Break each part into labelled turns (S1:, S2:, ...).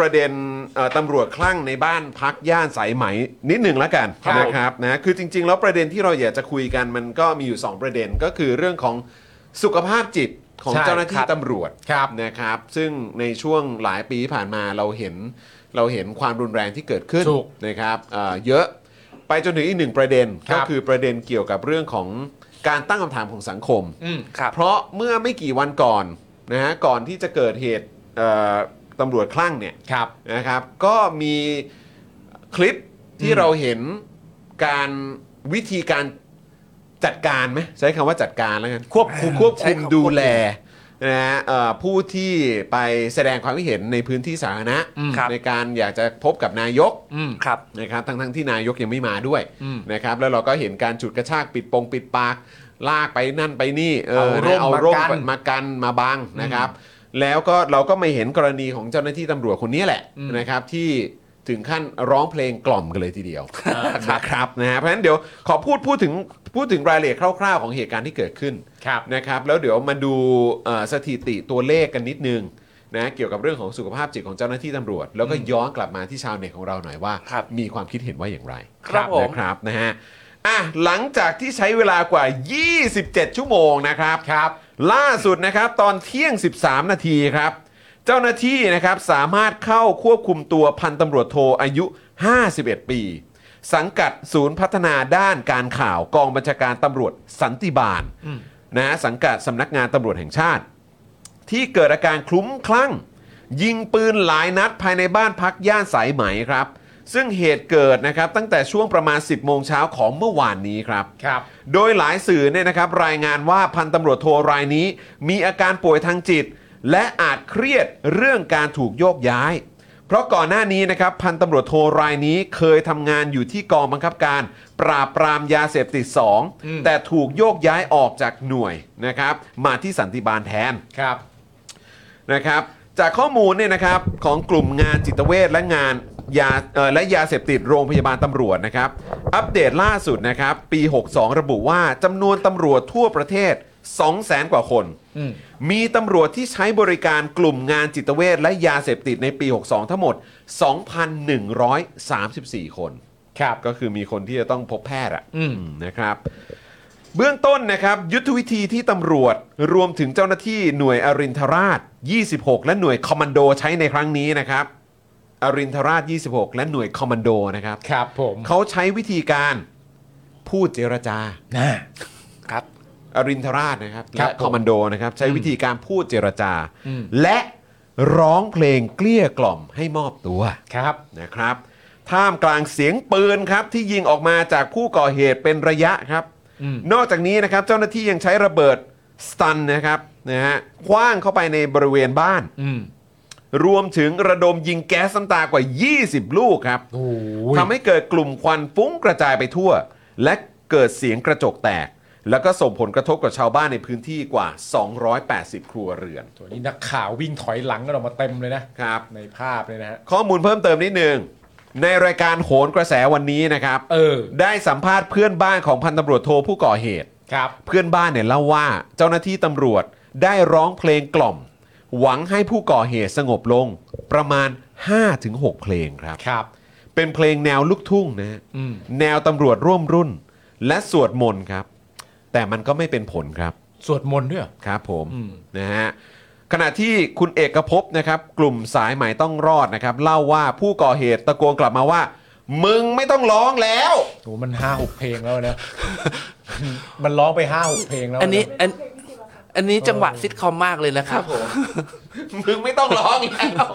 S1: ประเด็นเอ่อตำรวจคลั่งในบ้านพักย่านสายไหมนิดหนึ่งแล้วกัน
S2: ครับ
S1: นะครับนะคือจริง ๆ แล้วประเด็นที่เราอยากจะคุยกันมันก็มีอยู่ 2 ประเด็นก็คือเรื่องของสุขภาพจิตของ
S2: ใช่
S1: เจ้าหน้า
S2: ค
S1: ที่
S2: รับ
S1: ตำรวจ
S2: ครับ
S1: นะครับ ซึ่งในช่วงหลายปีที่ผ่านมาเราเห็นเราเห็นความรุนแรงที่เกิดขึ้น
S2: ถูก
S1: นะครับเอ่อเยอะไปจนถึงอีกหนึ่งประเด็น
S2: ครั
S1: ก็
S2: บ
S1: คือประเด็นเกี่ยวกับเรื่องของการตั้งคำถามของสังคม
S2: อืมครับ
S1: เพราะเมื่อไม่กี่วันก่อนนะฮะก่อนที่จะเกิดเหตุเอ่อตำรวจคลั่งเนี่ย
S2: ครับ
S1: นะครับก็มีคลิปที่
S2: อืม
S1: เราเห็นการวิธีการจัดการไหมใช้คำว่าจัดการแล้วกันควบคุมควบ
S2: ใช้
S1: คุม
S2: คำ
S1: ดูแลนะฮะเอ่อผู้ที่ไปแสดงความคิดเห็นในพื้นที่สาธารณะ
S3: ครับ
S1: ในการอยากจะพบกับนายก
S2: อืม
S3: ครับ
S1: นะครับทั้งทั้งๆที่นายกยังไม่มาด้วย
S2: อืม
S1: นะครับแล้วเราก็เห็นการจุดกระชากปิดปงปิดปาก ลากไปนั่นไปนี่เออ
S2: เอาร่ม
S1: เอา
S2: มา
S1: ร่ม
S2: กัน
S1: มากันมาบังนะครับ แล้วก็เราก็ไม่เห็นกรณีของเจ้าหน้าที่ตำรวจคนนี้แหละ
S2: อืม
S1: นะครับที่ถึงขั้นร้องเพลงกล่อมกันเลยทีเดียวนะครับนะฮะเพราะฉะนั้นเดี๋ยวขอพูดพูดถึงพูดถึงรายละเอียดคร่าวๆของเหตุการณ์ที่เกิดขึ้น
S2: ครับ
S1: นะครับ แล้วเดี๋ยวมาดูเอ่อสถิติตัวเลขกันนิดนึงนะเกี่ยวกับเรื่องของสุขภาพจิตของเจ้าหน้าที่ตำรวจ แล้วก็ย้อนกลับมาที่ชาวเน็ตของเราหน่อยว่า
S3: ครับ
S1: มีความคิดเห็นว่าอย่างไร
S3: ครับผม
S1: นะครับนะฮะอ่ะหลังจากที่ใช้เวลากว่า 27 ชั่วโมงนะครับ
S2: ครับ
S1: ล่าสุดนะครับตอนเที่ยง 13 นาทีครับ เจ้าหน้าที่นะครับสามารถเข้าควบคุมตัวพันตำรวจโทอายุ 51 ปี สังกัดศูนย์พัฒนาด้านการข่าวกองบัญชาการตำรวจสันติบาล
S2: อืม
S1: นะสังกัดสำนักงานตำรวจแห่งชาติ ที่เกิดอาการคลุ้มคลั่ง ยิงปืนหลายนัดภายในบ้านพักย่านสายไหมครับ ซึ่งเหตุเกิดนะครับตั้งแต่ช่วงประมาณ 10 โมงเช้าของเมื่อวานนี้ครับ
S2: ครับ
S1: โดยหลายสื่อเนี่ยนะครับรายงานว่าพันตำรวจโทรายนี้ มีอาการป่วยทางจิต และอาจเครียดเรื่องการถูกโยกย้าย เพราะก่อนหน้านี้นะครับพันตำรวจโทรายนี้เคยทำงานอยู่ที่กองบังคับการ ปราบปรามยาเสพติด
S2: อืม
S1: 2 แต่ถูกโยกย้ายออกจากหน่วยนะครับมาที่สันติบาลแทน
S2: ครับ
S1: นะครับจากข้อมูลเนี่ยนะครับของกลุ่มงานจิตเวชและงานยาเอ่อและยาเสพติดโรงพยาบาลตำรวจนะครับ อัปเดตล่าสุดนะครับปี 62 ระบุว่าจำนวนตำรวจทั่วประเทศ 200,000 กว่าคน
S2: อืม
S1: มีตำรวจที่ใช้บริการกลุ่มงานจิตเวชและยาเสพติดในปี 62 ทั้งหมด 2,134 คน
S2: ครับ
S1: ก็คือมีคนที่จะต้องพบแพทย์อะ
S2: อืม
S1: นะครับ เบื้องต้นนะครับ ยุทธวิธีที่ตำรวจรวมถึงเจ้าหน้าที่หน่วยอรินทราช 26 และหน่วยคอมมานโดใช้ในครั้งนี้นะครับ อรินทราช 26 และหน่วยคอมมานโดนะครับ
S2: ครับผม
S1: เขาใช้วิธีการพูดเจรจา
S2: น่า
S3: ครับ
S1: อรินทราชนะครับ
S2: ครั
S1: และ
S2: บผม
S1: คอมมานโดนะครับใช้วิธีการพูดเจรจา
S2: อืม
S1: และร้องเพลงเกลี้ยกล่อมให้มอบตัว
S2: ครับ
S1: นะครับท่ามกลางเสียงปืนครับที่ยิงออกมาจากผู้ก่อเหตุเป็นระยะครับ
S2: อืม
S1: นอกจากนี้นะครับเจ้าหน้าที่ยังใช้ระเบิดสตันนะครับนะฮะคว้างเข้าไปในบริเวณบ้าน
S2: อืม
S1: รวมถึงระดมยิงแก๊สน้ำตากว่า 20 ลูกครับ
S2: โอ้
S1: ทำให้เกิดกลุ่มควันฟุ้งกระจายไปทั่ว และเกิดเสียงกระจกแตก แล้วก็ส่งผลกระทบกับชาวบ้านในพื้นที่กว่า 280 ครัวเรือน
S2: ตัวนี้นักข่าววิ่งถอยหลังกันออกมาเต็มเลยนะ
S1: ครับ
S2: ในภาพเลยนะฮะ
S1: ข้อมูลเพิ่มเติมนิดนึงในรายการโหนกระแสวันนี้นะครับ
S2: เออ
S1: ได้สัมภาษณ์เพื่อนบ้านของพันตำรวจโทผู้ก่อเหตุ
S2: ครับ
S1: เพื่อนบ้านเนี่ยเล่าว่าเจ้าหน้าที่ตำรวจได้ร้องเพลงกล่อม หวังให้ผู้ก่อเหตุสงบลงประมาณ 5-6 เพลงครับ
S2: ครับ
S1: เป็นเพลงแนวลูกทุ่งนะฮะ
S2: อืม
S1: แนวตำรวจร่วมรุ่น และสวดมนต์ครับ แต่มันก็ไม่เป็นผลครับ
S2: สวดมนต์ด้วยเหรอ
S1: ครับผม
S2: อืม
S1: นะฮะขณะที่คุณเอกภพนะครับ กลุ่มสายใหม่ต้องรอดนะครับ เล่าว่าผู้ก่อเหตุตะโกนกลับมาว่า มึงไม่ต้องร้องแล้ว
S2: โอ้มันห้าหกเพลงแล้วนะ มันร้องไปห้าหกเพลงแล้วะ
S3: อันนี้อันอันนี้จังหวะซิทคอมมากเลยนะครับ
S1: มึงไม่ต้องร้องแล้ว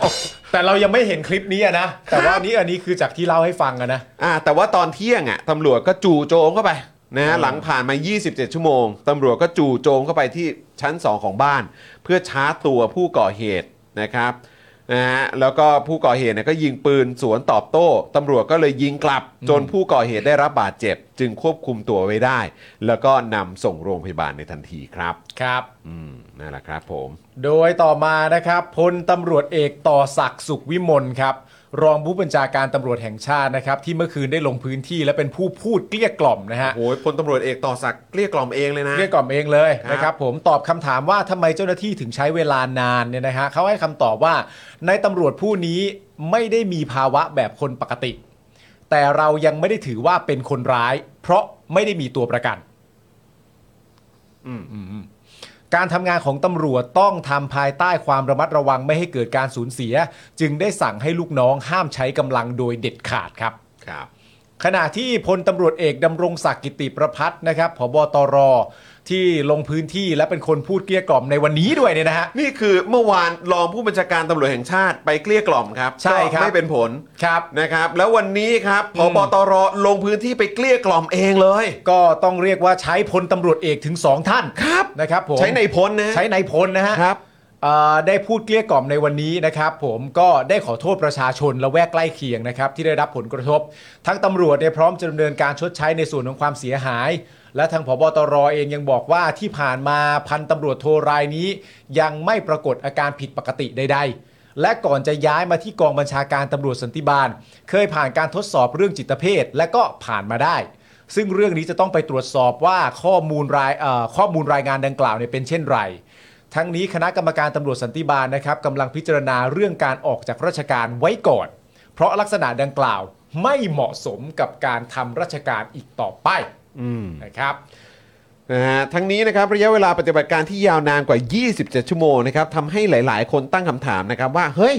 S2: แต่เรายังไม่เห็นคลิปนี้อะนะ แต่ว่าอันนี้อันนี้คือจากที่เล่าให้ฟังอะนะ
S1: อ่าแต่ว่าตอนเที่ยงอ่ะตำรวจก็จู่โจมเข้าไปนะฮะหลังผ่านมา 27 ชั่วโมงตำรวจก็จู่โจมเข้าไปที่ชั้น 2 ของบ้าน เพื่อชาร์จตัวผู้ก่อเหตุนะครับนะฮะแล้วก็ผู้ก่อเหตุเนี่ยก็ยิงปืนสวนตอบโต้ตำรวจก็เลยยิงกลับ จนผู้ก่อเหตุได้รับบาดเจ็บ จึงควบคุมตัวไว้ได้ แล้วก็นำส่งโรงพยาบาลในทันทีครับ
S2: ครับ
S1: อืมนั่นแหละครับผม
S2: โดยต่อมานะครับพลตำรวจเอกต่อศักดิ์สุขวิมลครับ รองผู้บัญชาการตำรวจแห่งชาตินะครับ ที่เมื่อคืนได้ลงพื้นที่และเป็นผู้พูดเกลี้ยกล่อมนะฮะ
S1: โอ้ยพลตำรวจเอกต่อศักดิ์เกลี้ยกล่อมเองเลยนะ
S2: เกลี้ยกล่อมเองเลย
S1: ครับ
S2: นะครับผมตอบคำถามว่าทำไมเจ้าหน้าที่ถึงใช้เวลานานเนี่ยนะฮะเขาให้คำตอบว่าในายตำรวจผู้นี้ไม่ได้มีภาวะแบบคนปกติ แต่เรายังไม่ได้ถือว่าเป็นคนร้าย เพราะไม่ได้มีตัวประกัน การทำงานของตำรวจต้องทำภายใต้ความระมัดระวังไม่ให้เกิดการสูญเสีย จึงได้สั่งให้ลูกน้องห้ามใช้กำลังโดยเด็ดขาดครับ
S1: ครับ
S2: ขณะที่พลตำรวจเอกดำรงศักดิ์กิติประพัฒน์นะครับผบตร ที่ลงพื้นที่และเป็นคนพูดเกลี้ยกล่อมในวันนี้ด้วยเนี่ยนะฮะ
S1: นี่คือเมื่อวานรองผู้บัญชาการตำรวจแห่งชาติไปเกลี้ยกล่อมครับ
S2: ใช่ครับ
S1: ก็ไม่เป็นผล
S2: ครับ
S1: นะครับ แล้ววันนี้ครับพบตรลงพื้นที่ไปเกลี้ยกล่อมเองเลย
S2: ก็ต้องเรียกว่าใช้พลตำรวจเอกถึง 2 ท่าน
S1: ครับ
S2: นะครับผม
S1: ใช้ในพลนะ
S2: ใช้ในพลนะฮะ
S1: ครับ
S2: เอ่อได้พูดเกลี้ยกล่อมในวันนี้นะครับ ผมก็ได้ขอโทษประชาชนและแวกใกล้เคียงนะครับ ที่ได้รับผลกระทบ ทั้งตำรวจเนี่ยพร้อมจะดำเนินการชดใช้ในส่วนของความเสียหาย และทางผบตรเองยังบอกว่าที่ผ่านมาพันตำรวจโทรายนี้ ยังไม่ปรากฏอาการผิดปกติใดๆ และก่อนจะย้ายมาที่กองบัญชาการตำรวจสันติบาล เคยผ่านการทดสอบเรื่องจิตเภทและก็ผ่านมาได้ ซึ่งเรื่องนี้จะต้องไปตรวจสอบว่าข้อมูลรายเอ่อข้อมูลรายงานดังกล่าวเนี่ยเป็นเช่นไร ทั้งนี้คณะกรรมการตำรวจสันติบาลนะครับกำลังพิจารณาเรื่องการออกจากราชการไว้ก่อน เพราะลักษณะดังกล่าวไม่เหมาะสมกับการทำราชการอีกต่อไปนะครับ
S1: นะฮะทั้งนี้นะครับระยะเวลาปฏิบัติการที่ยาวนานกว่า 27 ชั่วโมงนะครับทำให้หลาย ๆ คนตั้งคำถามนะครับว่า เฮ้ย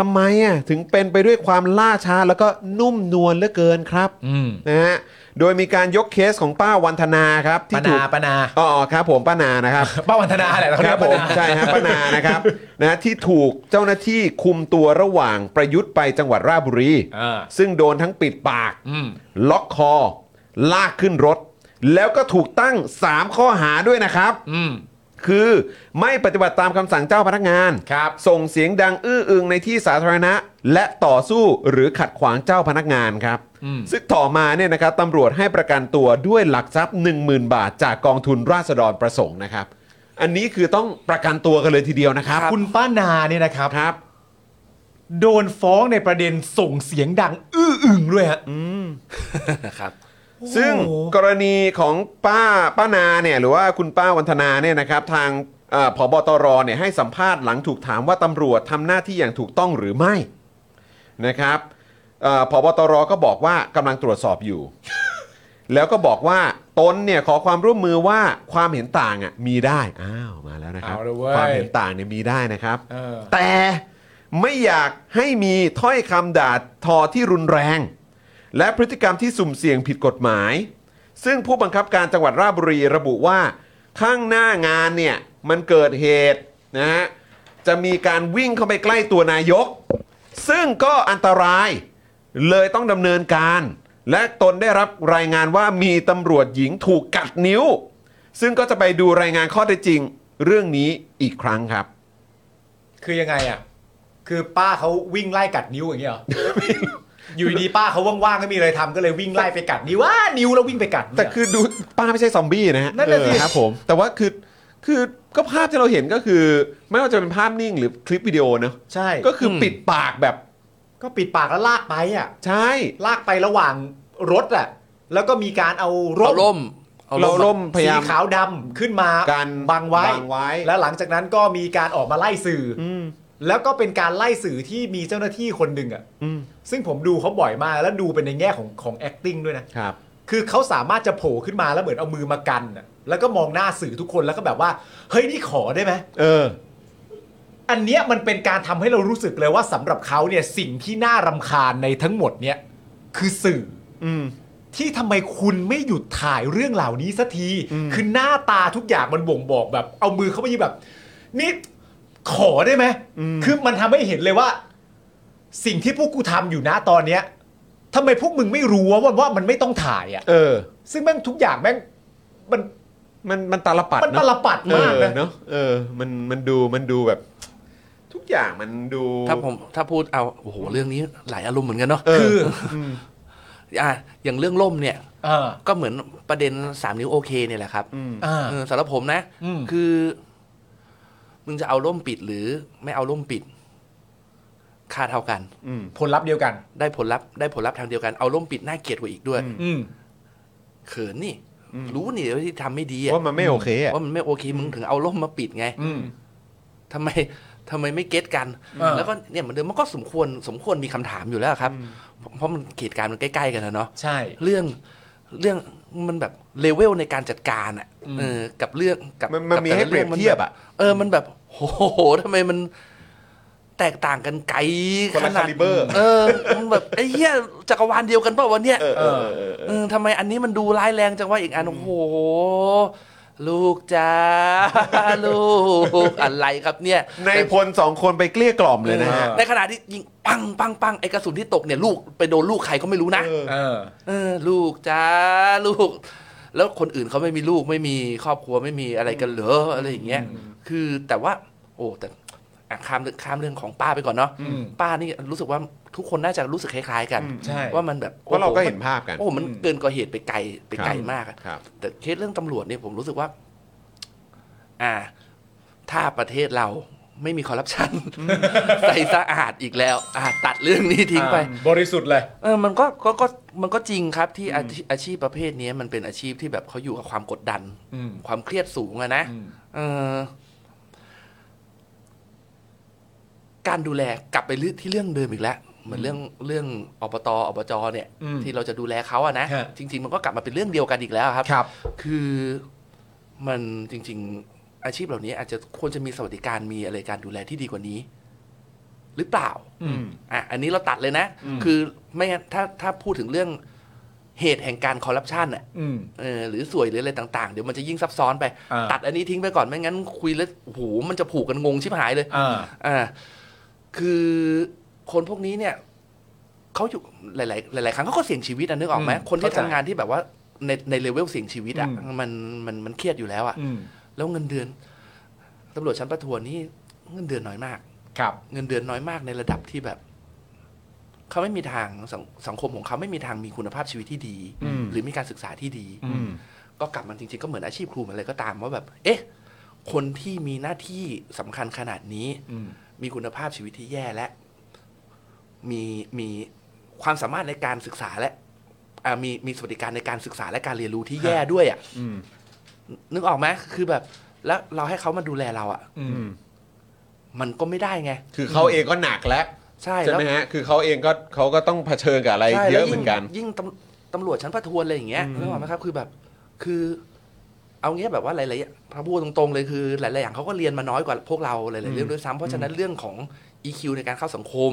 S1: ทำไมอ่ะถึงเป็นไปด้วยความล่าช้าแล้วก็นุ่มนวลเหลือเกินครับ
S2: อืม
S1: นะฮะโดยมีการยกเคสของป้าวันธนาครับ
S2: ป
S1: ที่ถู
S2: นาก ปนา
S1: อ๋อครับผมป้านานะครับ
S2: ป้าวันธนาแหละเขา
S1: ค
S2: เรี
S1: รับ
S2: ยก
S1: ผ
S2: ป้าม นา
S1: ใช่ ฮะปานานะครับ นะที่ถูกเจ้าหน้าที่คุมตัวระหว่างประยุทธ์ไปจังหวัดราชบุรี
S2: อ่า
S1: ซึ่งโดนทั้งปิดปาก
S2: อืม
S1: ล็อกคอ ลากขึ้นรถ แล้วก็ถูกตั้ง 3 ข้อหาด้วยนะครับ
S2: อืม
S1: คือไม่ปฏิบัติตามคำสั่งเจ้าพนักงาน
S2: ครับ
S1: ส่งเสียงดังอื้ออึงในที่สาธารณะ และต่อสู้หรือขัดขวางเจ้าพนักงานครับซึ่งต่อมาเนี่ยนะครับตำรวจให้ประกันตัวด้วยหลักทรัพย์ 10,000 บาท จากกองทุนราษฎรประสงค์นะครับ อันนี้คือต้องประกันตัวกันเลยทีเดียวนะครับ
S2: คุณป้านาเนี่ยนะครับ
S1: ครับ
S2: โดนฟ้องในประเด็นส่งเสียงดัง อื้ออึงด้วยฮะ
S3: ครับ
S1: ซึ่ง
S2: โอ้โห
S1: กรณีของป้าป้านาเนี่ยหรือว่าคุณป้าวันธนาเนี่ยนะครับทางเอ่อผบตรเนี่ยให้สัมภาษณ์หลังถูกถามว่าตำรวจทำหน้าที่อย่างถูกต้องหรือไม่นะครับเอ่อผบตรก็บอกว่ากำลังตรวจสอบอยู่ แล้วก็บอกว่าตนเนี่ยขอความร่วมมือว่าความเห็นต่างอ่ะมีได้อ้าวมาแล้วนะครับ
S2: เอาเลยเว้ย
S1: ความเห็นต่างเนี่ยมีได้นะครับ
S2: เออ
S1: แต่ไม่อยากให้มีถ้อยคำด่าทอที่รุนแรง และพฤติกรรมที่สุ่มเสี่ยงผิดกฎหมาย ซึ่งผู้บังคับการจังหวัดราชบุรีระบุว่า ข้างหน้างานเนี่ยมันเกิดเหตุนะฮะจะมีการวิ่งเข้าไปใกล้ตัวนายก ซึ่งก็อันตรายเลยต้องดำเนินการ และตนได้รับรายงานว่ามีตำรวจหญิงถูกกัดนิ้ว ซึ่งก็จะไปดูรายงานข้อเท็จจริงเรื่องนี้อีกครั้งครับ
S2: คือยังไงอ่ะ คือป้าเขาวิ่งไล่กัดนิ้วอย่างเงี้ยเหรอ อยู่ดีๆป้าเขาว่างๆก็มีอะไรทำก็เลยวิ่งไล่ไปกัดนิ้วว่านิ้วแล้ววิ่งไปกัดเนี่ย
S1: แต่คือดูป้าไม่ใช่ซอมบี้นะฮะ
S2: นั่นน่ะสิ
S1: เออครับผมแต่ว่าคือคือก็ภาพที่เราเห็นก็คือ ไม่ว่าจะเป็นภาพนิ่งหรือคลิปวิดีโอเนอะ
S2: ใช่
S1: ก็คืออ
S3: ม
S1: ปิดปากแบบ
S2: ก็ปิดปากแล้วลากไปอ่ะ
S1: ใช่
S2: ลากไประหว่างรถอ่ะ แล้วก็มีการเอาร่
S3: เอาล่ม
S1: เราล่มพ
S2: สี
S1: ยายาม
S2: ขาวดำขึ้นมา
S1: กัน
S2: บังไว้
S1: บังไว้
S2: แล้วหลังจากนั้นก็มีการออกมาไล่สื่ออ
S1: อืม
S2: แล้วก็เป็นการไล่สื่อที่มีเจ้าหน้าที่คนหนึ่งอะ
S1: อืม
S2: ซึ่งผมดูเขาบ่อยมากแล้วดูเป็นในแง่ของของ acting ด้วยนะ
S1: ครับ
S2: คือเขาสามารถจะโผล่ขึ้นมาแล้วเหมือนเอามือมากันอะแล้วก็มองหน้าสื่อทุกคนแล้วก็แบบว่า เฮ้ยนี่ขอได้ไหม
S1: เออ
S2: อันเนี้ยมันเป็นการทำให้เรารู้สึกเลยว่าสำหรับเขาเนี่ยสิ่งที่น่ารำคาญในทั้งหมดเนี่ยคือสื่อ
S1: อืม
S2: ที่ทำไมคุณไม่หยุดถ่ายเรื่องเหล่านี้สักที คือหน้าตาทุกอย่างมันบ่งบอกแบบ เอามือเข้าไปยิบแบบ นี่ขอได้ไหม คือมันทำให้เห็นเลยว่า สิ่งที่พวกกูทำอยู่นะตอนเนี้ยทำไมพวกมึงไม่รู้ว่าว่ามันไม่ต้องถ่ายอะ่ะ
S1: เออ
S2: ซึ่งแม่งทุกอย่างแม่งมัน
S1: มันมันตาลปัด
S2: มัน
S1: เน
S2: ต
S1: อะ
S2: ลปัดมาก
S1: เออ
S2: นะ
S1: เนอะเออมันมันดูมันดูแบบ ทุกอย่างมันดู
S3: ถ้าผมถ้าพูดเอาโอ้โหเรื่องนี้หลายอารมณ์เหมือนกันเนาะ
S1: เออ
S2: คือ
S1: ม
S3: อ่ะอย่างเรื่องล่มเนี่ย
S2: เออ
S3: ก็เหมือนประเด็นสามนิ้วโอเคเนี่ยแหละครับ
S1: อืม
S2: อ่า
S3: เออสำหรับผมนะ
S2: อืม
S3: คือ มึงจะเอาร่มปิดหรือไม่เอาร่มปิด ค่าเท่ากัน
S2: ผลลัพธ์เดียวกัน
S3: ได้ผลลัพธ์ได้ผลลัพธ์ทางเดียวกันเอาร่มปิดน่าเกลียดกว่าอีกด้วย
S2: อืม
S3: เขินนี่ รู้นี่ว่าที่ทำไม่ดีอะ
S1: ว่ามันไม่โอเคอ่ะ
S3: ว่ามันไม่โอเคมึงถึงเอาร่มมาปิดไง
S2: อืม
S3: ทำไม ทำไมไม่เก็ตกัน
S2: เออ
S3: แล้วก็เนี่ยเหมือนเดิมมันก็สมควรสมควรมีคำถามอยู่แล้วครับ เพราะมันเหตุการณ์มันใกล้ๆกันนะเนาะ
S2: ใช่
S3: เรื่องเรื่องมันแบบเลเวลในการจัดการอ่ะ
S2: อืม
S3: เออกับเรื่องกับ
S1: มันมัน
S3: กับ
S1: มี
S3: แต่ละ
S1: ให้เปรียบ
S3: องมัน
S1: เทียบ
S3: แ
S1: อ่ะ
S3: เออมันแบบโอ้โหทำไมมันแตกต่างกันไกล
S1: คน
S3: ข
S1: ละ
S3: นาด
S1: caliber
S3: เออมันแบบไอ้เหี้ยจักรวาลเดียวกันเปล่าวะเนี่ย
S1: เออเออเออเอ
S3: เอ
S1: อ
S3: อทำไมอันนี้มันดูร้ายแรงจังว่าอีกอันโอ้โห ลูกจ้า ลูกอะไรครับเนี่ย
S1: ในพลสองคนไปเกลี้ยกล่อมเลยนะฮะ
S2: เออ
S3: ในขณะที่ยิงปังปังปังไอกระสุนที่ตกเนี่ยลูกไปโดนลูกใครก็ไม่รู้นะ
S1: เออ
S2: เออ
S3: เออลูกจ้าลูก แล้วคนอื่นเขาไม่มีลูกไม่มีครอบครัวไม่มีอะไรกันเหรออะไรอย่างเงี้ยคือแต่ว่า โอ้แต่อ่ะข้ามเรื่องข้ามเรื่องของป้าไปก่อนเนาะ
S2: อืม
S3: ป้านี่รู้สึกว่าทุกคนน่าจะรู้สึกคล้ายๆกัน
S1: อืม
S2: ใช่
S3: ว่ามันแบบ
S1: เพราะเราก็เห็น
S3: โอ้โ
S1: ภาพกัน
S3: โอ้มันเกินกว่าเหตุไปไกลไปไกล
S1: ครับ
S3: มากอะ
S1: ครับ
S3: แต่เคสเรื่องตำรวจเนี่ยผมรู้สึกว่า อ่า ถ้าประเทศเราไม่มีคอร์รัป ชันใสสะอาดอีกแล้วอ่ะตัดเรื่องนี้ทิ้งไป
S2: บริสุทธิ์เลย
S3: เออ มันก็ก็ ก็ มันก็จริงครับที่อาชีพอาชีพประเภทนี้มันเป็นอาชีพที่แบบเขาอยู่กับความกดดัน
S2: อืม
S3: ความเครียดสูงอะนะ
S2: อืม
S3: เออการดูแลกลับไปเรื่องที่เรื่องเดิมอีกแล้ว เหมือนเรื่องเรื่องอบตอบจเนี่ย
S2: อืม
S3: ที่เราจะดูแลเขาอะนะ
S2: ฮะ
S3: จริง ๆ มันก็กลับมาเป็นเรื่องเดียวกันอีกแล้วครับ
S2: ครับ
S3: คือมันจริง ๆ อาชีพเหล่านี้ อาจจะควรจะมีสวัสดิการมีอะไรการดูแลที่ดีกว่านี้ หรือเปล่า
S2: อืม
S3: อ่ะอันนี้เราตัดเลยนะ
S1: อืม
S3: คือไม่งั้นถ้าถ้าพูดถึงเรื่องเหตุแห่งการคอร์รัปชันอ่ะ
S2: อืม
S3: เออหรือสวยหรืออะไรต่างๆ เดี๋ยวมันจะยิ่งซับซ้อนไป
S2: อ่า
S3: ตัดอันนี้ทิ้งไปก่อนไม่งั้นคุยแล้วโอ้โหมันจะผูกกันงงชิบหายเลย
S2: อ่า
S3: อ่าคือคนพวกนี้เนี่ยเขาอยู่หลาย ๆ หลาย ๆ ครั้งเขาก็เสี่ยงชีวิตอ่ะนึกออกไหม
S2: อืม
S3: คนที่
S2: เข้าใจ
S3: ทำงานที่แบบว่าในในเลเวลเสี่ยงชีวิตอ่ะ
S2: อืม
S3: มันมันมันเครียดอยู่แล้วอ่ะ
S2: อืม
S3: แล้วเงินเดือนตำรวจชั้นประทวนนี่เงินเดือนน้อยมาก
S2: ครับ
S3: เงินเดือนน้อยมากในระดับที่แบบ เขาไม่มีทางสังสังคมของเขาไม่มีทางมีคุณภาพชีวิตที่ดี
S1: อืม
S3: หรือมีการศึกษาที่ดี
S2: อืม
S3: ก็กลับมาจริงๆ ก็เหมือนอาชีพครูเหมือนอะไรก็ตามว่าแบบ เอ๊ะ คนที่มีหน้าที่สำคัญขนาดนี้
S2: อืม
S3: มีคุณภาพชีวิตที่แย่และ มีมีความสามารถในการศึกษาและอ่ามีมีสวัสดิการในการศึกษาและการเรียนรู้ที่แย่ด้วยอะ่ะ
S1: อืม
S3: นึกออกไหมคือแบบ แล้วเราให้เขามาดูแลเราอะ่ะ
S2: อื
S1: อืม
S2: ม
S3: มันก็ไม่ได้ไง
S1: คือเขาเองก็หนักแล้ว
S3: ใช่
S1: ใช่
S3: แล้ว
S1: ไหมฮะคือเขาเองก็เขาก็ต้องเผชิญกับอะไร
S3: ใช่
S1: เย
S3: แล้ว
S1: อะเหมือนกัน
S3: ยิ่งยิ่งตำตำรวจชั้นประทวนอะไรอย่างเงี้ย
S1: อืม
S3: นึกออกไหมครับ คือแบบ คือ เอาเงี้ยแบบว่าหลายๆพระพูดตรงๆเลยคือ หลายๆอย่างเขาก็เรียนมาน้อยกว่าพวกเราหลายๆเรื่องด้วยซ้ำเพราะฉะนั้นเรื่องของ EQ ในการเข้าสังคม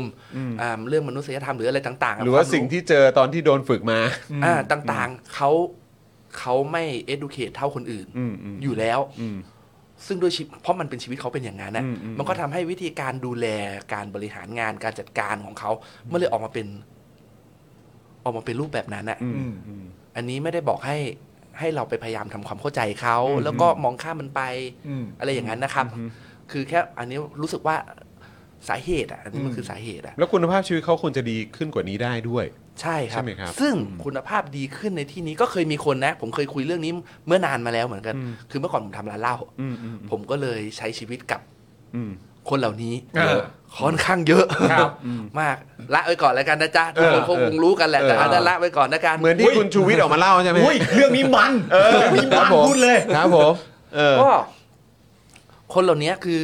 S3: อ่าเรื่องมนุษยธรรมหรืออะไรต่างๆะ
S1: หรือว่า
S3: คม
S1: สิ่งที่เจอตอนที่โดนฝึกมา
S3: อ่าต่างๆเขาเขาไม่ educate เท่าคนอื่น
S1: อืมอืม
S3: อยู่แล้ว
S1: อืม
S3: ซึ่งด้วยชีวิตเพราะมันเป็นชีวิตเขาเป็นอย่างนั้นนะ
S1: อืมอืม
S3: มันก็ทำให้วิธีการดูแลการบริหารงานการจัดการของเขามันเลยออกมาเป็น ออกมาเป็นรูปแบบนั้นอะ
S1: อืมอืม
S3: อันนี้ไม่ได้บอกให้ให้เราไปพยายามทำความเข้าใจเขา
S1: อืม
S3: แล้วก็มองข้ามมันไป
S2: อืม
S3: อะไรอย่างนั้นนะครับ คือแค่อันนี้รู้สึกว่าสาเหตุอ่ะอันนี้มันคือสาเหตุอ่ะ
S1: แล้วคุณภาพชีวิตเขาควรจะดีขึ้นกว่านี้ได้ด้วย
S3: ใช่ครับ
S1: ใช่ไหมครับ
S3: ซึ่งคุณภาพดีขึ้นในที่นี้ก็เคยมีคนนะ ผมเคยคุยเรื่องนี้เมื่อนานมาแล้วเหมือนกัน
S1: อืม
S3: คือเมื่อก่อนผมทำร้านเหล้า
S1: อืมอืม
S3: ผมก็เลยใช้ชีวิตกับ
S1: อืม
S3: คนเหล่านี้
S2: เออ
S3: ค่อนข้างเยอะ
S2: ครับ
S3: มากละไว้ก่อนแล้วกันนะจ๊ะทุกคน
S1: เออ
S3: คงรู้กันแหละแต่
S1: เออ
S3: เอาละไว้ก่อนนะกัน
S1: เหมือนที่
S2: อุ้ย
S1: คุณชูวิทย์ออกมาเล่าใช่ไหม
S2: อุ้ย เรื่องนี้มัน เออมี
S1: ค
S2: มั
S1: รับ
S2: น
S1: ผม
S2: พูดเลย
S1: ครับผมเออ
S3: ก็คนเหล่านี้คือ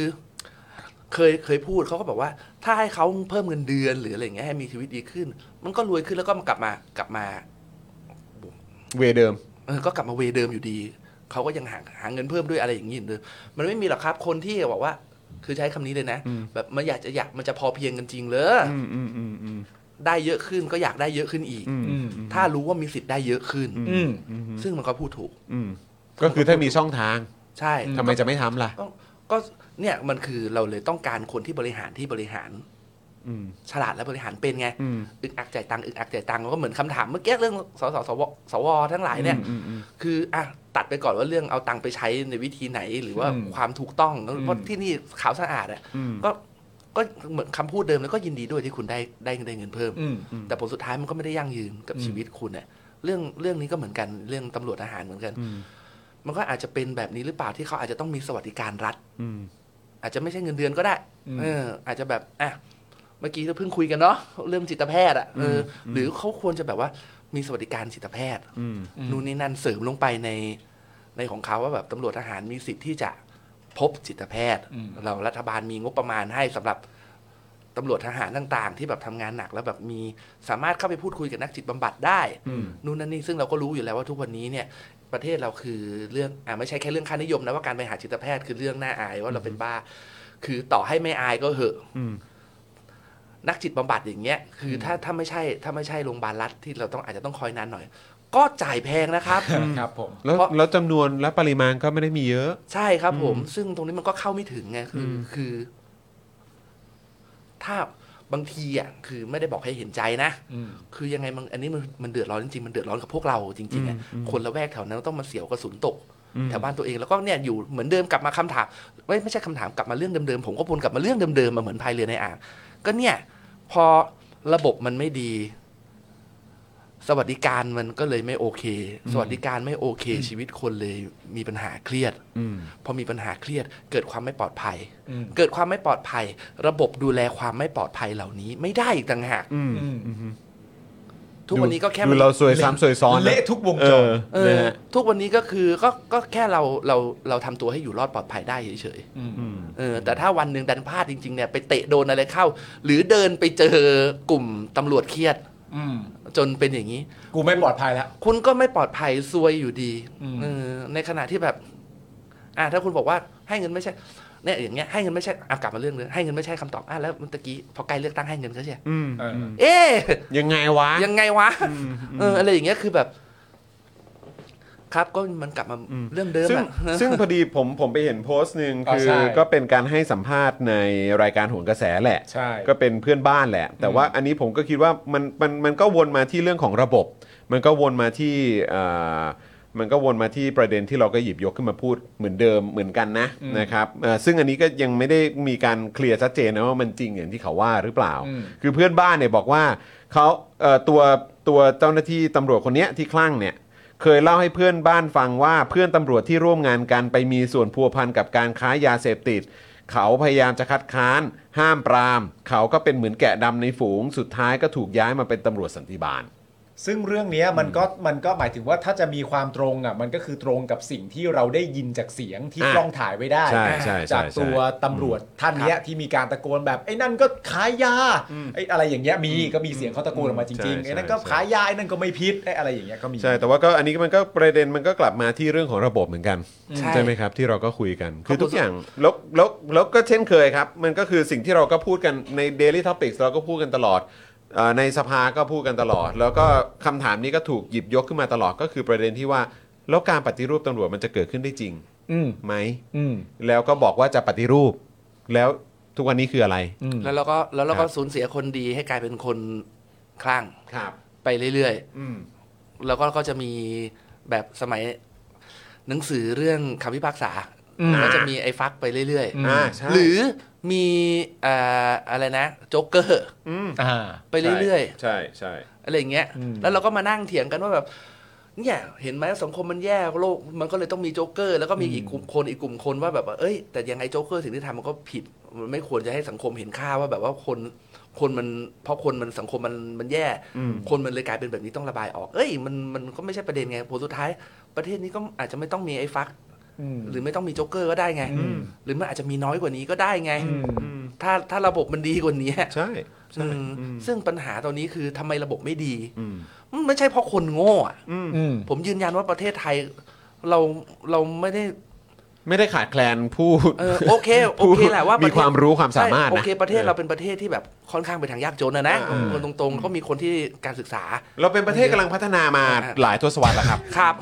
S3: เคยเคยพูดเขาก็บอกว่า ถ้าให้เขาเพิ่มเงินเดือนหรืออะไรอย่างเงี้ยให้มีชีวิตดีขึ้น มันก็รวยขึ้นแล้วก็มากลับมากลับมา
S1: เวเดิม
S3: เออก็กลับมาเวเดิมอยู่ดีเขาก็ยังหาหาเงินเพิ่มด้วยอะไรอย่างงี้อยู่เดิมมันไม่มีหรอกครับ คนที่บอกว่า คือใช้คำนี้เลยนะ
S1: อืม
S3: แบบมันอยากจะอยากมันจะพอเพียงกันจริงเลย
S1: อืมอืมอืมอืม
S3: ได้เยอะขึ้นก็อยากได้เยอะขึ้นอีก
S1: อืม
S2: อืม
S3: ถ้ารู้ว่ามีสิทธิ์ได้เยอะขึ้น
S2: อืม
S3: ซึ่งมันก็พูดถูก
S1: อืมก็คือถ้ามีช่องทาง
S3: ใช่
S1: ทำไมจะไม่ทำล่ะ
S3: ก็ก็เนี่ยมันคือเราเลยต้องการคนที่บริหารที่บริหาร
S1: อืม
S3: ฉลาดและบริหารเป็นไง
S1: อืม
S3: อึกอักจ่ายตังค์อึกอักจ่ายตังค์แล้วก็เหมือนคำถามเมื่อกี้เรื่องสสสวสวทั้งหลายเนี่ย
S1: อืมอืม
S3: คืออ่ะตัดไปก่อนว่าเรื่องเอาตังค์ไปใช้ในวิธีไหนหรือว่า
S2: อืม
S3: ความถูกต้องเพราะที่นี่ขาวสะอาดอ่ะ
S1: อืม
S3: ก็ก็เหมือนคำพูดเดิมแล้วก็ยินดีด้วยที่คุณได้ได้ได้เงินเพิ่ม
S2: อืม
S3: แต่ผลสุดท้ายมันก็ไม่ได้ยั่งยืนกับชีวิตคุณเนี่ยเรื่องเรื่องนี้ก็เหมือนกันเรื่องตำรวจทหารเหมือนกัน
S1: อืม
S3: มันก็อาจจะเป็นแบบนี้หรือเปล่าที่เขาอาจจะต้องมีสวัสดิการรัฐ
S1: อืม
S3: อาจจะไม่ใช่เงินเดือนก็ได้
S2: อืม
S3: เอออาจจะแบบอ่ะเมื่อกี้เราเพิ่งคุยกันเนาะเรื่องจิตแพทย์อ่ะเอออหรือเขาควรจะแบบว่ามีสวัสดิการจิตแพทย์
S4: อืม
S3: นู่นนี่นั่นเสริมลงไปในในของเขาว่าแบบตำรวจทหารมีสิทธิ์ที่จะพบจิตแพทย์
S2: อืม
S3: เรารัฐบาลมีงบประมาณให้สำหรับตำรวจทหารต่างๆ ที่แบบทำงานหนักแล้วแบบมีสามารถเข้าไปพูดคุยกับนักจิตบำบัดได้
S4: อืม
S3: นู่นนั่นนี่ซึ่งเราก็รู้อยู่แล้วว่าทุกวันนี้เนี่ยประเทศเราคือเรื่องอ่าไม่ใช่แค่เรื่องค่านิยมนะว่าการไปหาจิตแพทย์คือเรื่องน่าอายว่าเราเป็นบ้า คือต่อให้ไม่อายก็เหอะ
S4: อืม
S3: นักจิตบำบัดอย่างเงี้ยคือถ้าถ้าไม่ใช่ถ้าไม่ใช่โรงพยาบาลรัฐที่เราต้องอาจจะต้องคอยนานหน่อย ก็จ่ายแพงนะครับ
S2: ครับผม
S1: แล้ว
S3: เพราะ
S1: แล้วจำนวนและปริมาณก็ไม่ได้มีเยอะ
S3: ใช่ครับผม ซึ่งตรงนี้มันก็เข้าไม่ถึงไงคืออคือ ถ้าบางทีอ่ะคือไม่ได้บอกให้เห็นใจนะ
S2: อืม
S3: คือยังไงมันอันนี้มันมันเดือดร้อนจริงๆมันเดือดร้อนกับพวกเราจริงๆอ่ะคนละแวกแถวนั้นต้องมาเสียวกระสุนตกแถวบ้านตัวเองแล้วก็เนี่ยอยู่เหมือนเดิมกลับมาคำถามไม่ไม่ใช่คำถามกลับมาเรื่องเดิมๆผมก็วนกลับมาเรื่องเดิมๆมาเหมือนพายเรือในอ่างก็เนี่ย พอระบบมันไม่ดี สวัสดิการมันก็เลยไม่โอเค สวัสดิการไม่โอเค ชีวิตคนเลยมีปัญหาเครียด
S4: อืม
S3: พอมีปัญหาเครียดเกิดความไม่ปลอดภัย
S2: อืม
S3: เกิดความไม่ปลอดภัย ระบบดูแลความไม่ปลอดภัยเหล่านี้ ไม่ได้อีกต่างหาก
S4: อืม
S2: อืม
S3: ทุกวันนี้ก็แค่
S1: ดูเราซวยซ้ำซวยซ้อนน
S2: เละทุกวง
S1: เอ
S2: จร
S1: อ
S3: เอ
S1: นะ
S3: อ
S1: ฮะ
S3: ทุกวันนี้ก็คือก็ก็แค่เราเราเราทำตัวให้อยู่รอดปลอดภัยได้เฉย
S2: ม
S4: อืม
S3: ๆเออแต่ถ้าวันหนึ่งดันพลาดจริงๆเนี่ยไปเตะโดนอะไรเข้า หรือเดินไปเจอกลุ่มตำรวจเครียด
S2: อืม
S3: จนเป็นอย่างนี้
S2: กูไม่ปลอดภัยแล้ว
S3: คุณก็ไม่ปลอดภัยซวยอยู่ดี
S2: อืม
S3: เออในขณะที่แบบ อ่าถ้าคุณบอกว่าให้เงินไม่ใช่ เนี่ยอย่างเงี้ยให้เงินไม่ใช่อ่ะกลับมาเรื่องนึงให้เงินไม่ใช่คำตอบอ่ะแล้วเมื่อกี้พอใกล้เลือกตั้งให้เงินเขาใช่
S4: อืม
S2: เออ
S3: เอ๊ะ
S1: ยังไงวะ
S3: ยังไงวะ
S4: อืม
S3: เอออะไรอย่างเงี้ยคือแบบ ครับก็มันกลับมา
S4: อืม
S3: เรื่องเดิม
S1: ซึ่ง
S3: อ่ะ
S1: ซึ่งพอดีผมผมไปเห็นโพสต์หนึ่ง
S2: อ่า
S1: คือ
S2: ใช่
S1: ก็เป็นการให้สัมภาษณ์ในรายการโหนกระแสแหละ
S2: ใช่
S1: ก็เป็นเพื่อนบ้านแหละ แต่ว่าอันนี้ผมก็คิดว่ามันมันมันก็วนมาที่เรื่องของระบบ มันก็วนมาที่เอ่อมันก็วนมาที่ประเด็นที่เราก็หยิบยกขึ้นมาพูดเหมือนเดิมเหมือนกันนะ
S2: อืม
S1: นะครับเอ่อซึ่งอันนี้ก็ยังไม่ได้มีการเคลียร์ชัดเจนนะว่ามันจริงอย่างที่เขาว่าหรือเปล่า
S2: อืม
S1: คือเพื่อนบ้านเนี่ยบอกว่าเขาเอ่อตัวตัวเจ้าหน้าที่ตำรวจคนเนี้ยที่คลั่งเนี่ยเคยเล่าให้เพื่อนบ้านฟังว่าเพื่อนตำรวจที่ร่วมงานกันไปมีส่วนพัวพันกับการค้ายาเสพติด เขาพยายามจะคัดค้าน ห้ามปราม เขาก็เป็นเหมือนแกะดำในฝูง สุดท้ายก็ถูกย้ายมาเป็นตำรวจสันติบาล
S2: ซึ่งเรื่องเนี้ยมันก็มันก็หมายถึงว่าถ้าจะมีความตรงอ่ะมันก็คือตรงกับสิ่งที่เราได้ยินจากเสียงที่
S1: อ่ะ
S2: กล้องถ่ายไว้ได้
S1: ใช่ใช่ใช่
S2: จากตัว
S1: ใช่
S2: ตำรวจท่านเนี้ยที่มีการตะโกนแบบไอ้นั่นก็ขายยาไอ้อะไรอย่างเงี้ยมีก็มีเสียงเขาตะโกนออกมาจริงๆไอ้นั่นก็ขายยาไอ้นั่นก็ไม่พิษไอ้อะไรอย่างเงี้ยก็มี
S1: ใช่ แต่ว่าก็อันนี้มันก็ประเด็นมันก็กลับมาที่เรื่องของระบบเหมือนกัน
S3: ใช่
S1: ไหมครับที่เราก็คุยกัน คือ
S3: ขอบคุณ
S1: ทุกอย่างแล้วแล้วแล้วก็เช่นเคยครับ มันก็คือสิ่งที่เราก็พูดกันใน Daily Topics เราก็พูดกันตลอดเอ่อในสภาก็พูดกันตลอด แล้วก็คำถามนี้ก็ถูกหยิบยกขึ้นมาตลอดก็คือประเด็นที่ว่าแล้วการปฏิรูปตำรวจมันจะเกิดขึ้นได้จริง
S2: อืม
S1: ไหม
S2: อืม
S1: แล้วก็บอกว่าจะปฏิรูป แล้วทุกวันนี้คืออะไร
S2: อืม
S3: แล้วเราก็แล้วเราก็
S1: ครับ
S3: สูญเสียคนดีให้กลายเป็นคนคลั่ง
S1: ครับ
S3: ไปเรื่อยๆ
S4: อืม
S3: แล้วก็ก็จะมีแบบสมัยหนังสือเรื่องคำพิพากษา
S2: อืม
S3: ก็จะมีไอ้ฟักไปเรื่อย
S1: อ่าใช่
S3: ๆ หรือมีเอ่ออะไรนะโจ๊กเกอร์
S2: อ่า
S3: ไปเรื่อย
S1: ใช่ใช่
S3: ๆ อะไรอย่างเงี้ย
S2: อืม
S3: แล้วเราก็มานั่งเถียงกันว่าแบบเนี่ยเห็นไหมสังคมมันแย่โลกมันก็เลยต้องมีโจ๊กเกอร์ แล้วก็มีอีกกลุ่มคนอีกกลุ่มคนว่าแบบว่าเอ้ยแต่ยังไงโจ๊กเกอร์สิ่งที่ทำมันก็ผิดมันไม่ควรจะให้สังคมเห็นค่าว่าแบบว่าคนคนมันเพราะคนมันสังคมมันมันแย่
S4: อืม
S3: คนมันเลยกลายเป็นแบบนี้ต้องระบายออก เอ้ยมันมันก็ไม่ใช่ประเด็นไงผลสุดท้าย ประเทศนี้ก็อาจจะไม่ต้องมีไอ้ฟัก
S2: อืม
S3: หรือไม่ต้องมีโจ๊กเกอร์ก็ได้ไง
S2: อืม
S3: หรือมันอาจจะมีน้อยกว่านี้ก็ได้ไง
S2: อืม
S3: ถ้าถ้าระบบมันดีกว่านี้
S1: ใช่
S3: อืมซึ่งปัญหาตอนนี้คือทำไมระบบไม่ดี
S4: อืม
S3: มันไม่ใช่เพราะคนโง่อะ
S4: อืม
S2: อืม
S3: ผมยืนยันว่าประเทศไทย เราเราไม่ได้
S1: ไม่ได้ขาดแคลนผู้
S3: เออโอเคโอเคแหละว่าประ
S1: มี
S3: เทศ
S1: ความรู้ความสามารถ
S3: ใช่โอ
S1: นะ
S3: เคประเทศเราเป็นประเทศที่แบบค่อนข้างไปทางยากจนนะนะ
S1: อืม
S3: คนตรงๆก็มีคนที่การศึกษา
S1: เราเป็นประเทศกำลังพัฒนามาหลายทศวรรษแล้วครับ
S3: ครับ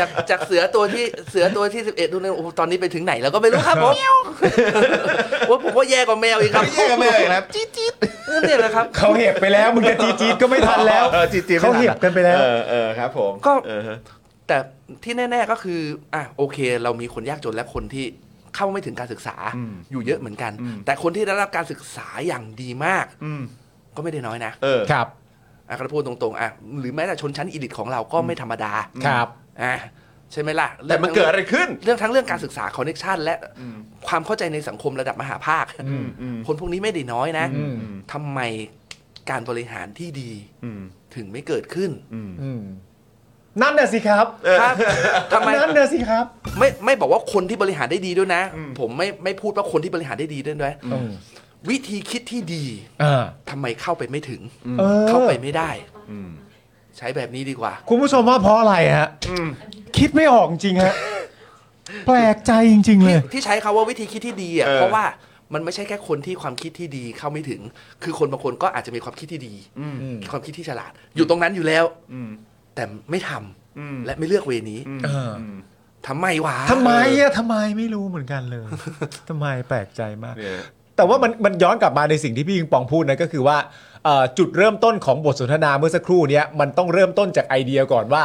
S3: จากจากเสือตัวที่เสือตัวที่ 11ดูเนี่ยโอ้โหตอนนี้ไปถึงไหนแล้วก็ไม่รู้ครับผมว่าผมว่าแย่กว่าแมวอีกครับ
S1: ไม่แย่กว่าแมวอีกครับ
S3: จี๊ดจี๊ดเนี่ยแหละครับ
S2: เขาเห็บไปแล้วมึงจะจีจีดก็ไม่ทันแล้ว
S1: เออจีจี
S2: เขาเห็บกันไปแล้ว
S1: เออเออครับผม
S3: ก็
S1: เออฮะ
S3: แต่ที่แน่ ๆก็คืออ่ะโอเค เรามีคนยากจนและคนที่เข้าไม่ถึงการศึกษา
S4: อืม
S3: อยู่เยอะเหมือนกัน
S4: อืม
S3: แต่คนที่ได้รับการศึกษาอย่างดีมาก
S4: อืม
S3: ก็ไม่ได้น้อยนะ
S1: เออ
S2: ครับ
S3: อ่ะกระพูดตรงๆอ่ะหรือแม้แต่ชนชั้นอีลิตของเราก็ไม่ธรรมดา
S2: ครับ
S3: อ่ะ ใช่ไหมล่ะ
S1: แต่มันเกิดอะไรขึ้น
S3: เรื่องทั้งเรื่องการศึกษาคอนเน็ชันและความเข้าใจในสังคมระดับมหาภาค
S2: อืม
S4: อืม
S3: คนพวกนี้ไม่ได้น้อยนะ
S2: อืม
S3: ทำไมการบริหารที่ดี
S4: อืม
S3: ถึงไม่เกิดขึ้น
S4: อืม
S2: อืมนั่นน่ะสิครับ
S3: ครับทำไม
S2: นั่นน่ะสิครับ
S3: ไม่ไม่บอกว่าคนที่บริหารได้ดีด้วยนะ
S4: อืม
S3: ผมไม่ไม่พูดว่าคนที่บริหารได้ดีด้วยนะ
S2: อืม
S3: วิธีคิดที่ดี
S2: อ่า
S3: ทำไมเข้าไปไม่ถึง
S2: ออ
S3: เข้าไปไม่ได้
S4: อืม
S3: ใช้แบบนี้ดีกว่า
S2: คุณผู้ชมว่าเพราะอะไรฮะ
S4: อืม
S2: คิดไม่ออกจริง ฮะแปลกใจจริง ๆ เลย
S3: ที่ใช้คาว่าวิธีคิดที่ดีอ่ะ
S4: เออ
S3: เพราะว่ามันไม่ใช่แค่คนที่ความคิดที่ดีเข้าไม่ถึง คือคนบางคนก็อาจจะมีความคิดที่ดี
S4: อืม
S2: อืม
S3: ความคิดที่ฉลาด อยู่ตรงนั้นอยู่แล้ว
S4: อืม
S3: แต่ไม่ทำ
S4: อืม
S3: และไม่เลือกเวนี้
S4: อืมอืม
S3: ทำไมวะ
S2: ทำไมอะทำไมไม่รู้เหมือนกัน เลยทำไมแปลกใจมาก
S1: เนี่ย
S2: แต่ว่ามันมันย้อนกลับมาในสิ่งที่พี่ยิงปองพูดนะก็คือว่าเอ่อจุดเริ่มต้นของบทสนทนาเมื่อสักครู่เนี้ยมันต้องเริ่มต้นจากไอเดียก่อนว่า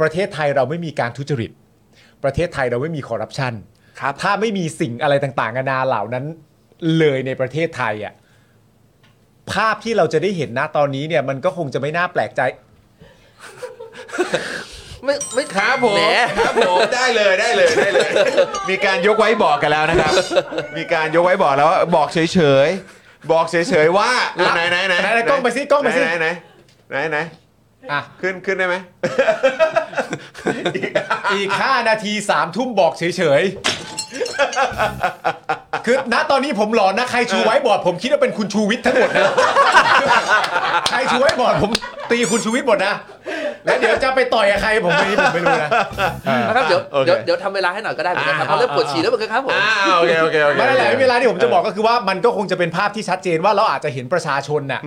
S2: ประเทศไทยเราไม่มีการทุจริต ประเทศไทยเราไม่มีคอร์รัปชัน
S3: ครับ
S2: ถ้าไม่มีสิ่งอะไรต่างๆนานาเหล่านั้นเลยในประเทศไทยอ่ะภาพที่เราจะได้เห็นนะตอนนี้เนี่ย มันก็คงจะไม่น่าแปลกใจ
S3: ไม่ไม่
S1: ครับผม
S3: แห
S1: ครับผมได้เลยได้เลยได้เลย มีการยกไว้บอกกันแล้วนะครับ มีการยกไว้บอกแล้วว่าบอกเฉยๆบอกเฉยๆว่าอ่ะไหนไหนไหน
S2: ไหนไหนกล้องไปสิกล้องไปสิ
S1: ไหนไหนไหนไหนไหน
S2: อ่ะ
S1: ขึ้นขึ้นได้ไหม
S2: อีก 5 นาทีสามทุ่มบอกเฉยๆ คือณตอนนี้ผมหลอนนะ ใครชูไว้บอร์ดผมคิดว่าเป็นคุณชูวิทย์ทั้งหมดนะ ใครชูไว้บอร์ดผมตีคุณชูวิทย์หมดนะ แล้วเดี๋ยวจะไปต่อยกับใครผมไม่ผมไม่รู้นะ
S3: นะครับเดี๋ยว
S1: โอเค
S3: เดี๋ยวเดี๋ยวทำเวลาให้หน่อยก็ได้เหมือนกันครับเอาเริ่มปวดฉี่แล้วเหมือนกันครับผม
S1: อ่าโอเคโอเคโอเค
S2: ไม่ได้แหละไม่เป็นไรที่ผมจะบอกก็คือว่ามันก็คงจะเป็นภาพที่ชัดเจนว่าเราอาจจะเห็นประชาชนน่ะ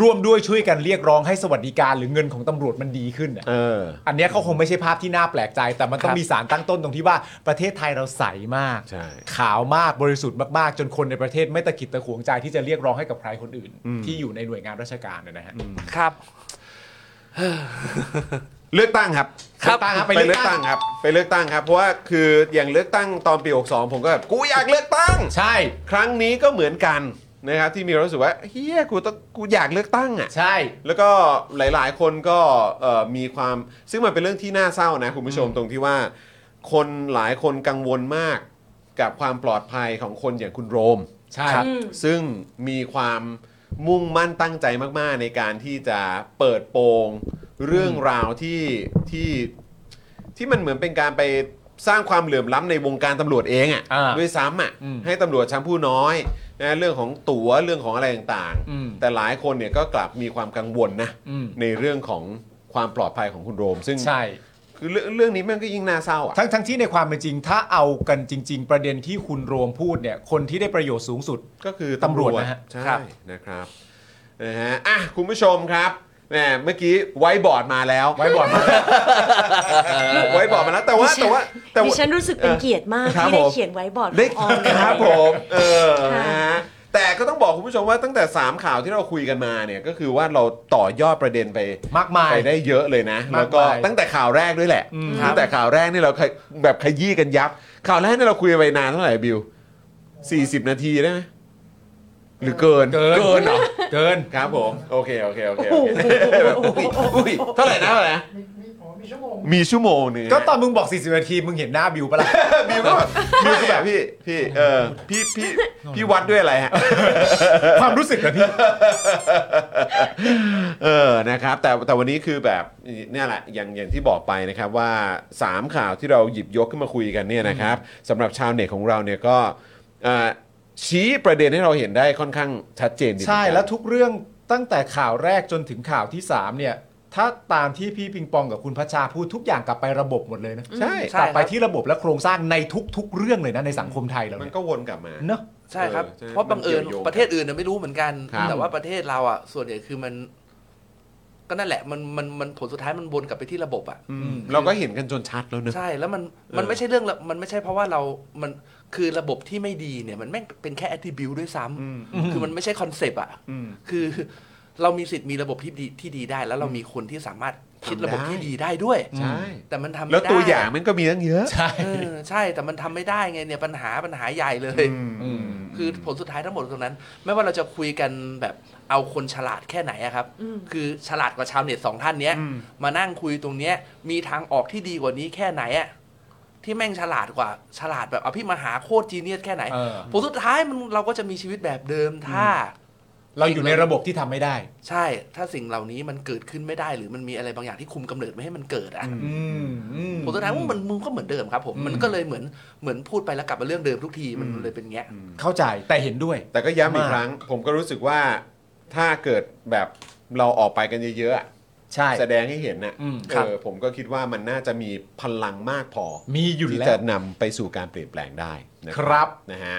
S2: ร่วมด้วยช่วยกันเรียกร้องให้สวัสดิการหรือเงินของตำรวจมันดีขึ้นน่ะ
S1: เออ
S2: อันเนี้ยเขาคงไม่ใช่ภาพที่น่าแปลกใจ แต่มันต้อ
S3: ครั
S2: ง
S3: บ
S2: มีสารตั้งต้นตรงที่ว่าประเทศไทยเราใสมาก
S1: ใช่
S2: ขาวมากบริสุทธิ์มากๆ จนคนในประเทศไม่ตะกิดตะขวงใจที่จะเรียกร้องให้กับใครคนอื่น ที่อยู่ในหน่วยงานราชการนะฮะ
S3: ครับ
S1: เลือกตั้งครับ
S3: ครับ
S2: ไปตั้งครับ
S1: ไป
S2: ไป
S1: เลื
S2: เลื
S1: อ
S2: อก ก
S1: ตั้
S2: ตั้
S1: ง
S2: ง
S1: ครับ ไปเลือกตั้งครับ เพราะว่าคืออย่างเลือกตั้งตอนปี 62 ผมก็แบบกูอยากเลือกตั้ง
S2: ใช่
S1: ครั้งนี้ก็เหมือนกันนะครับที่มีความรู้สึกว่าเฮียกูต้องกูอยากเลือกตั้งอ่ะ
S2: ใช่
S1: แล้วก็หลายๆ คนก็เอ่อมีความซึ่งมันเป็นเรื่องที่น่าเศร้านะคุณผู้ชมตรงที่ว่า คนหลายคนกังวลมากกับความปลอดภัยของคนอย่างคุณโรม
S2: ใช่
S3: ครับ
S1: ซึ่งมีความมุ่งมั่นตั้งใจมาก ๆ ในการที่จะเปิดโปงเรื่องราวที่ที่ที่มันเหมือนเป็นการไปสร้างความเหลื่อมล้ำในวงการตำรวจเอง
S2: อ่า
S1: อะ่ะด้วยซ้ำอะ่ะ
S2: อืม
S1: ให้ตำรวจชั้นผู้น้อยนะเรื่องของตัว๋วเรื่องของอะไรต่าง
S2: อืม
S1: แต่หลายคนเนี่ยก็กลับมีความกังวลนะ
S2: อืม
S1: ในเรื่องของความปลอดภัยของคุณโรม ซึ่ง
S2: ใช่
S1: คือเรื่องเรื่องนี้มันก็ยิ่งน่าเศร้าอ่ะ
S2: ทั้งทั้งที่ในความเป็นจริง ถ้าเอากันจริง ๆ ประเด็นที่คุณโรมพูดเนี่ย คนที่ได้ประโยชน์สูงสุด
S1: ก็คือ
S2: ตำรวจนะฮะ
S1: ใช่
S2: ครับ
S1: นะครับนะฮะอ่ะคุณผู้ชมครับแหมเมื่อกี้ไว้บอร์ดมาแล้ว
S2: ไว้บอกมา
S1: ไว้บอร์ดมาแล้วแต่ว่าแต่ว่าแต่
S5: ดิ
S1: ว่า
S5: ฉันรู้สึกเป็นเกียรติมาก
S1: ครับ
S5: ที่ได้
S1: ผม
S5: เขียนไว้บอร์ด
S1: ได้
S5: ของออมเลย
S1: ครับผมเออ
S5: ค่ะ
S1: นะฮะแต่ก็ต้องบอกคุณผู้ชมว่าตั้งแต่ 3 ข่าวที่เราคุยกันมาเนี่ยก็คือว่าเราต่อยอดประเด็นไป
S2: มากมาย
S1: ไปได้เยอะเลยนะแล้
S2: มากมาย
S1: วก็ตั้งแต่ข่าวแรกด้วยแหละ
S2: อืม
S1: ตั้งแต่ข่าวแรกนี่เราขยแบบขยี้กันยับ ข่าวแรกนี่เราคุยไปนานเท่าไหร่บิว40 นาทีได้ไหมหรือเกิน
S2: เกิน
S1: เกินเหรอ
S2: เกิน
S1: ครับผม โอเค โอเค โอเคโอเคแบบอุ้ยอุ้ยเท่าไหร่นะเท่าไหร่นะมีชั่วโมงหนึง
S2: ก็ตอนมึงบอก 40นาทีมึงเห็นหน้าบิวปะล่ะ
S1: บิวก็แบบบิวก็แบบพี่พี่เออพี่พี่พี่วัดด้วยอะไรฮะ
S2: ความรู้สึกนะพี่
S1: เออ นะครับ แต่แต่วันนี้คือแบบเนี่ยแหละ อย่างอย่างที่บอกไปนะครับว่า 3 ข่าวที่เราหยิบยกขึ้นมาคุยกันเนี่ยนะครับสำหรับชาวเน็ตของเราเนี่ยก็เอ่อชี้ประเด็นให้เราเห็นได้ค่อนข้างชัดเจนดีเหมือน
S2: ใช่
S1: กัน
S2: แล้วทุกเรื่องตั้งแต่ข่าวแรกจนถึงข่าวที่ 3 เนี่ย ถ้าตามที่พี่ปิงปองกับคุณพัชชาพูดทุกอย่างกลับไประบบหมดเลยนะ
S1: ใช่
S2: กลับไป
S3: ใช่ครับ
S2: ที่ระบบและโครงสร้างในทุก ๆ เรื่องเลยนะในสังคมไทยเรา
S1: มัน
S2: เนี่ย
S1: ก็วนกลับมา
S2: เนอะ
S3: ใช่ครับ
S1: เออใช่
S3: เพราะบังเอิญ
S1: มันเกี่ยวโยง
S3: ประเทศอื่นน่ะไม่รู้เหมือนกัน
S1: ครับ
S3: แต่ว่าประเทศเราอ่ะส่วนใหญ่คือมัน ก็นั่นแหละมันมันมันผลสุดท้ายมันวนกลับไปที่ระบบอ่ะ
S1: อืมเราก็เห็นกันจนชัดแล้วเนอะ
S3: ใช่แล้วมัน
S1: เออ
S3: มันไม่ใช่เรื่องละมันไม่ใช่เพราะว่าเรามันคือระบบที่ไม่ดีเนี่ย มันแม่งเป็นแค่ attribute ด้วยซ้
S4: อืม
S3: ำคือมันไม่ใช่คอนเซปต์อ่ะ
S4: อืม
S3: คือเรามีสิทธิ์มีระบบที่ดีที่ดีได้ แล้วเรามีคนที่สามารถ คิดระบบ
S1: ทำได้
S3: ที่ดีได้ด้วย
S1: ใช่
S3: แต่มันทำไม่ได้
S1: แล้วตัวอย่างมันก็มีตั้งเยอะ
S2: ใช่
S3: เออใช่แต่มันทำไม่ได้ไงเนี่ยปัญหาปัญหาใหญ่เลย คือผลสุดท้ายทั้งหมดตรงนั้น ไม่ว่าเราจะคุยกันแบบเอาคนฉลาดแค่ไหนอะครับ คือฉลาดกว่าชาวเน็ตสองท่านเนี้ย
S4: อืม
S3: มานั่งคุยตรงเนี้ย มีทางออกที่ดีกว่านี้แค่ไหนอะที่แม่งฉลาดกว่าฉลาดแบบอภิมหาโคตรจีเนียสแค่ไหน
S2: เออ
S3: ผลสุดท้ายมันเราก็จะมีชีวิตแบบเดิมถ้า
S2: เราอยู่ในระบบที่ทำไม่ได้
S3: ใช่ ถ้าสิ่งเหล่านี้มันเกิดขึ้นไม่ได้ หรือมันมีอะไรบางอย่างที่คุมกำเนิดไม่ให้มันเกิดอ่ะ
S2: อืมอืม
S3: ผลสุดท้ายมันมึงก็เหมือนเดิมครับผม มันก็เลยเหมือนเหมือนพูดไปแล้วกลับมาเรื่องเดิมทุกที มัน
S4: อืม
S3: เลยเป็นเงี้ย
S2: เข้าใจแต่เห็นด้วย
S1: แต่ก็ย้ำอีก
S2: มาก
S1: ครั้ง ผมก็รู้สึกว่าถ้าเกิดแบบเราออกไปกันเยอะๆอะ
S2: ใช่
S1: แสดงให้เห็นน่ะ
S2: อืม
S1: เอ
S2: ครับ
S1: อผมก็คิดว่ามันน่าจะมีพลังมากพอ
S2: มีอยู่
S1: ที่
S2: แล้
S1: จะ
S2: ว
S1: นำไปสู่การเปลี่ยนแปลงได้นะครับ นะฮะ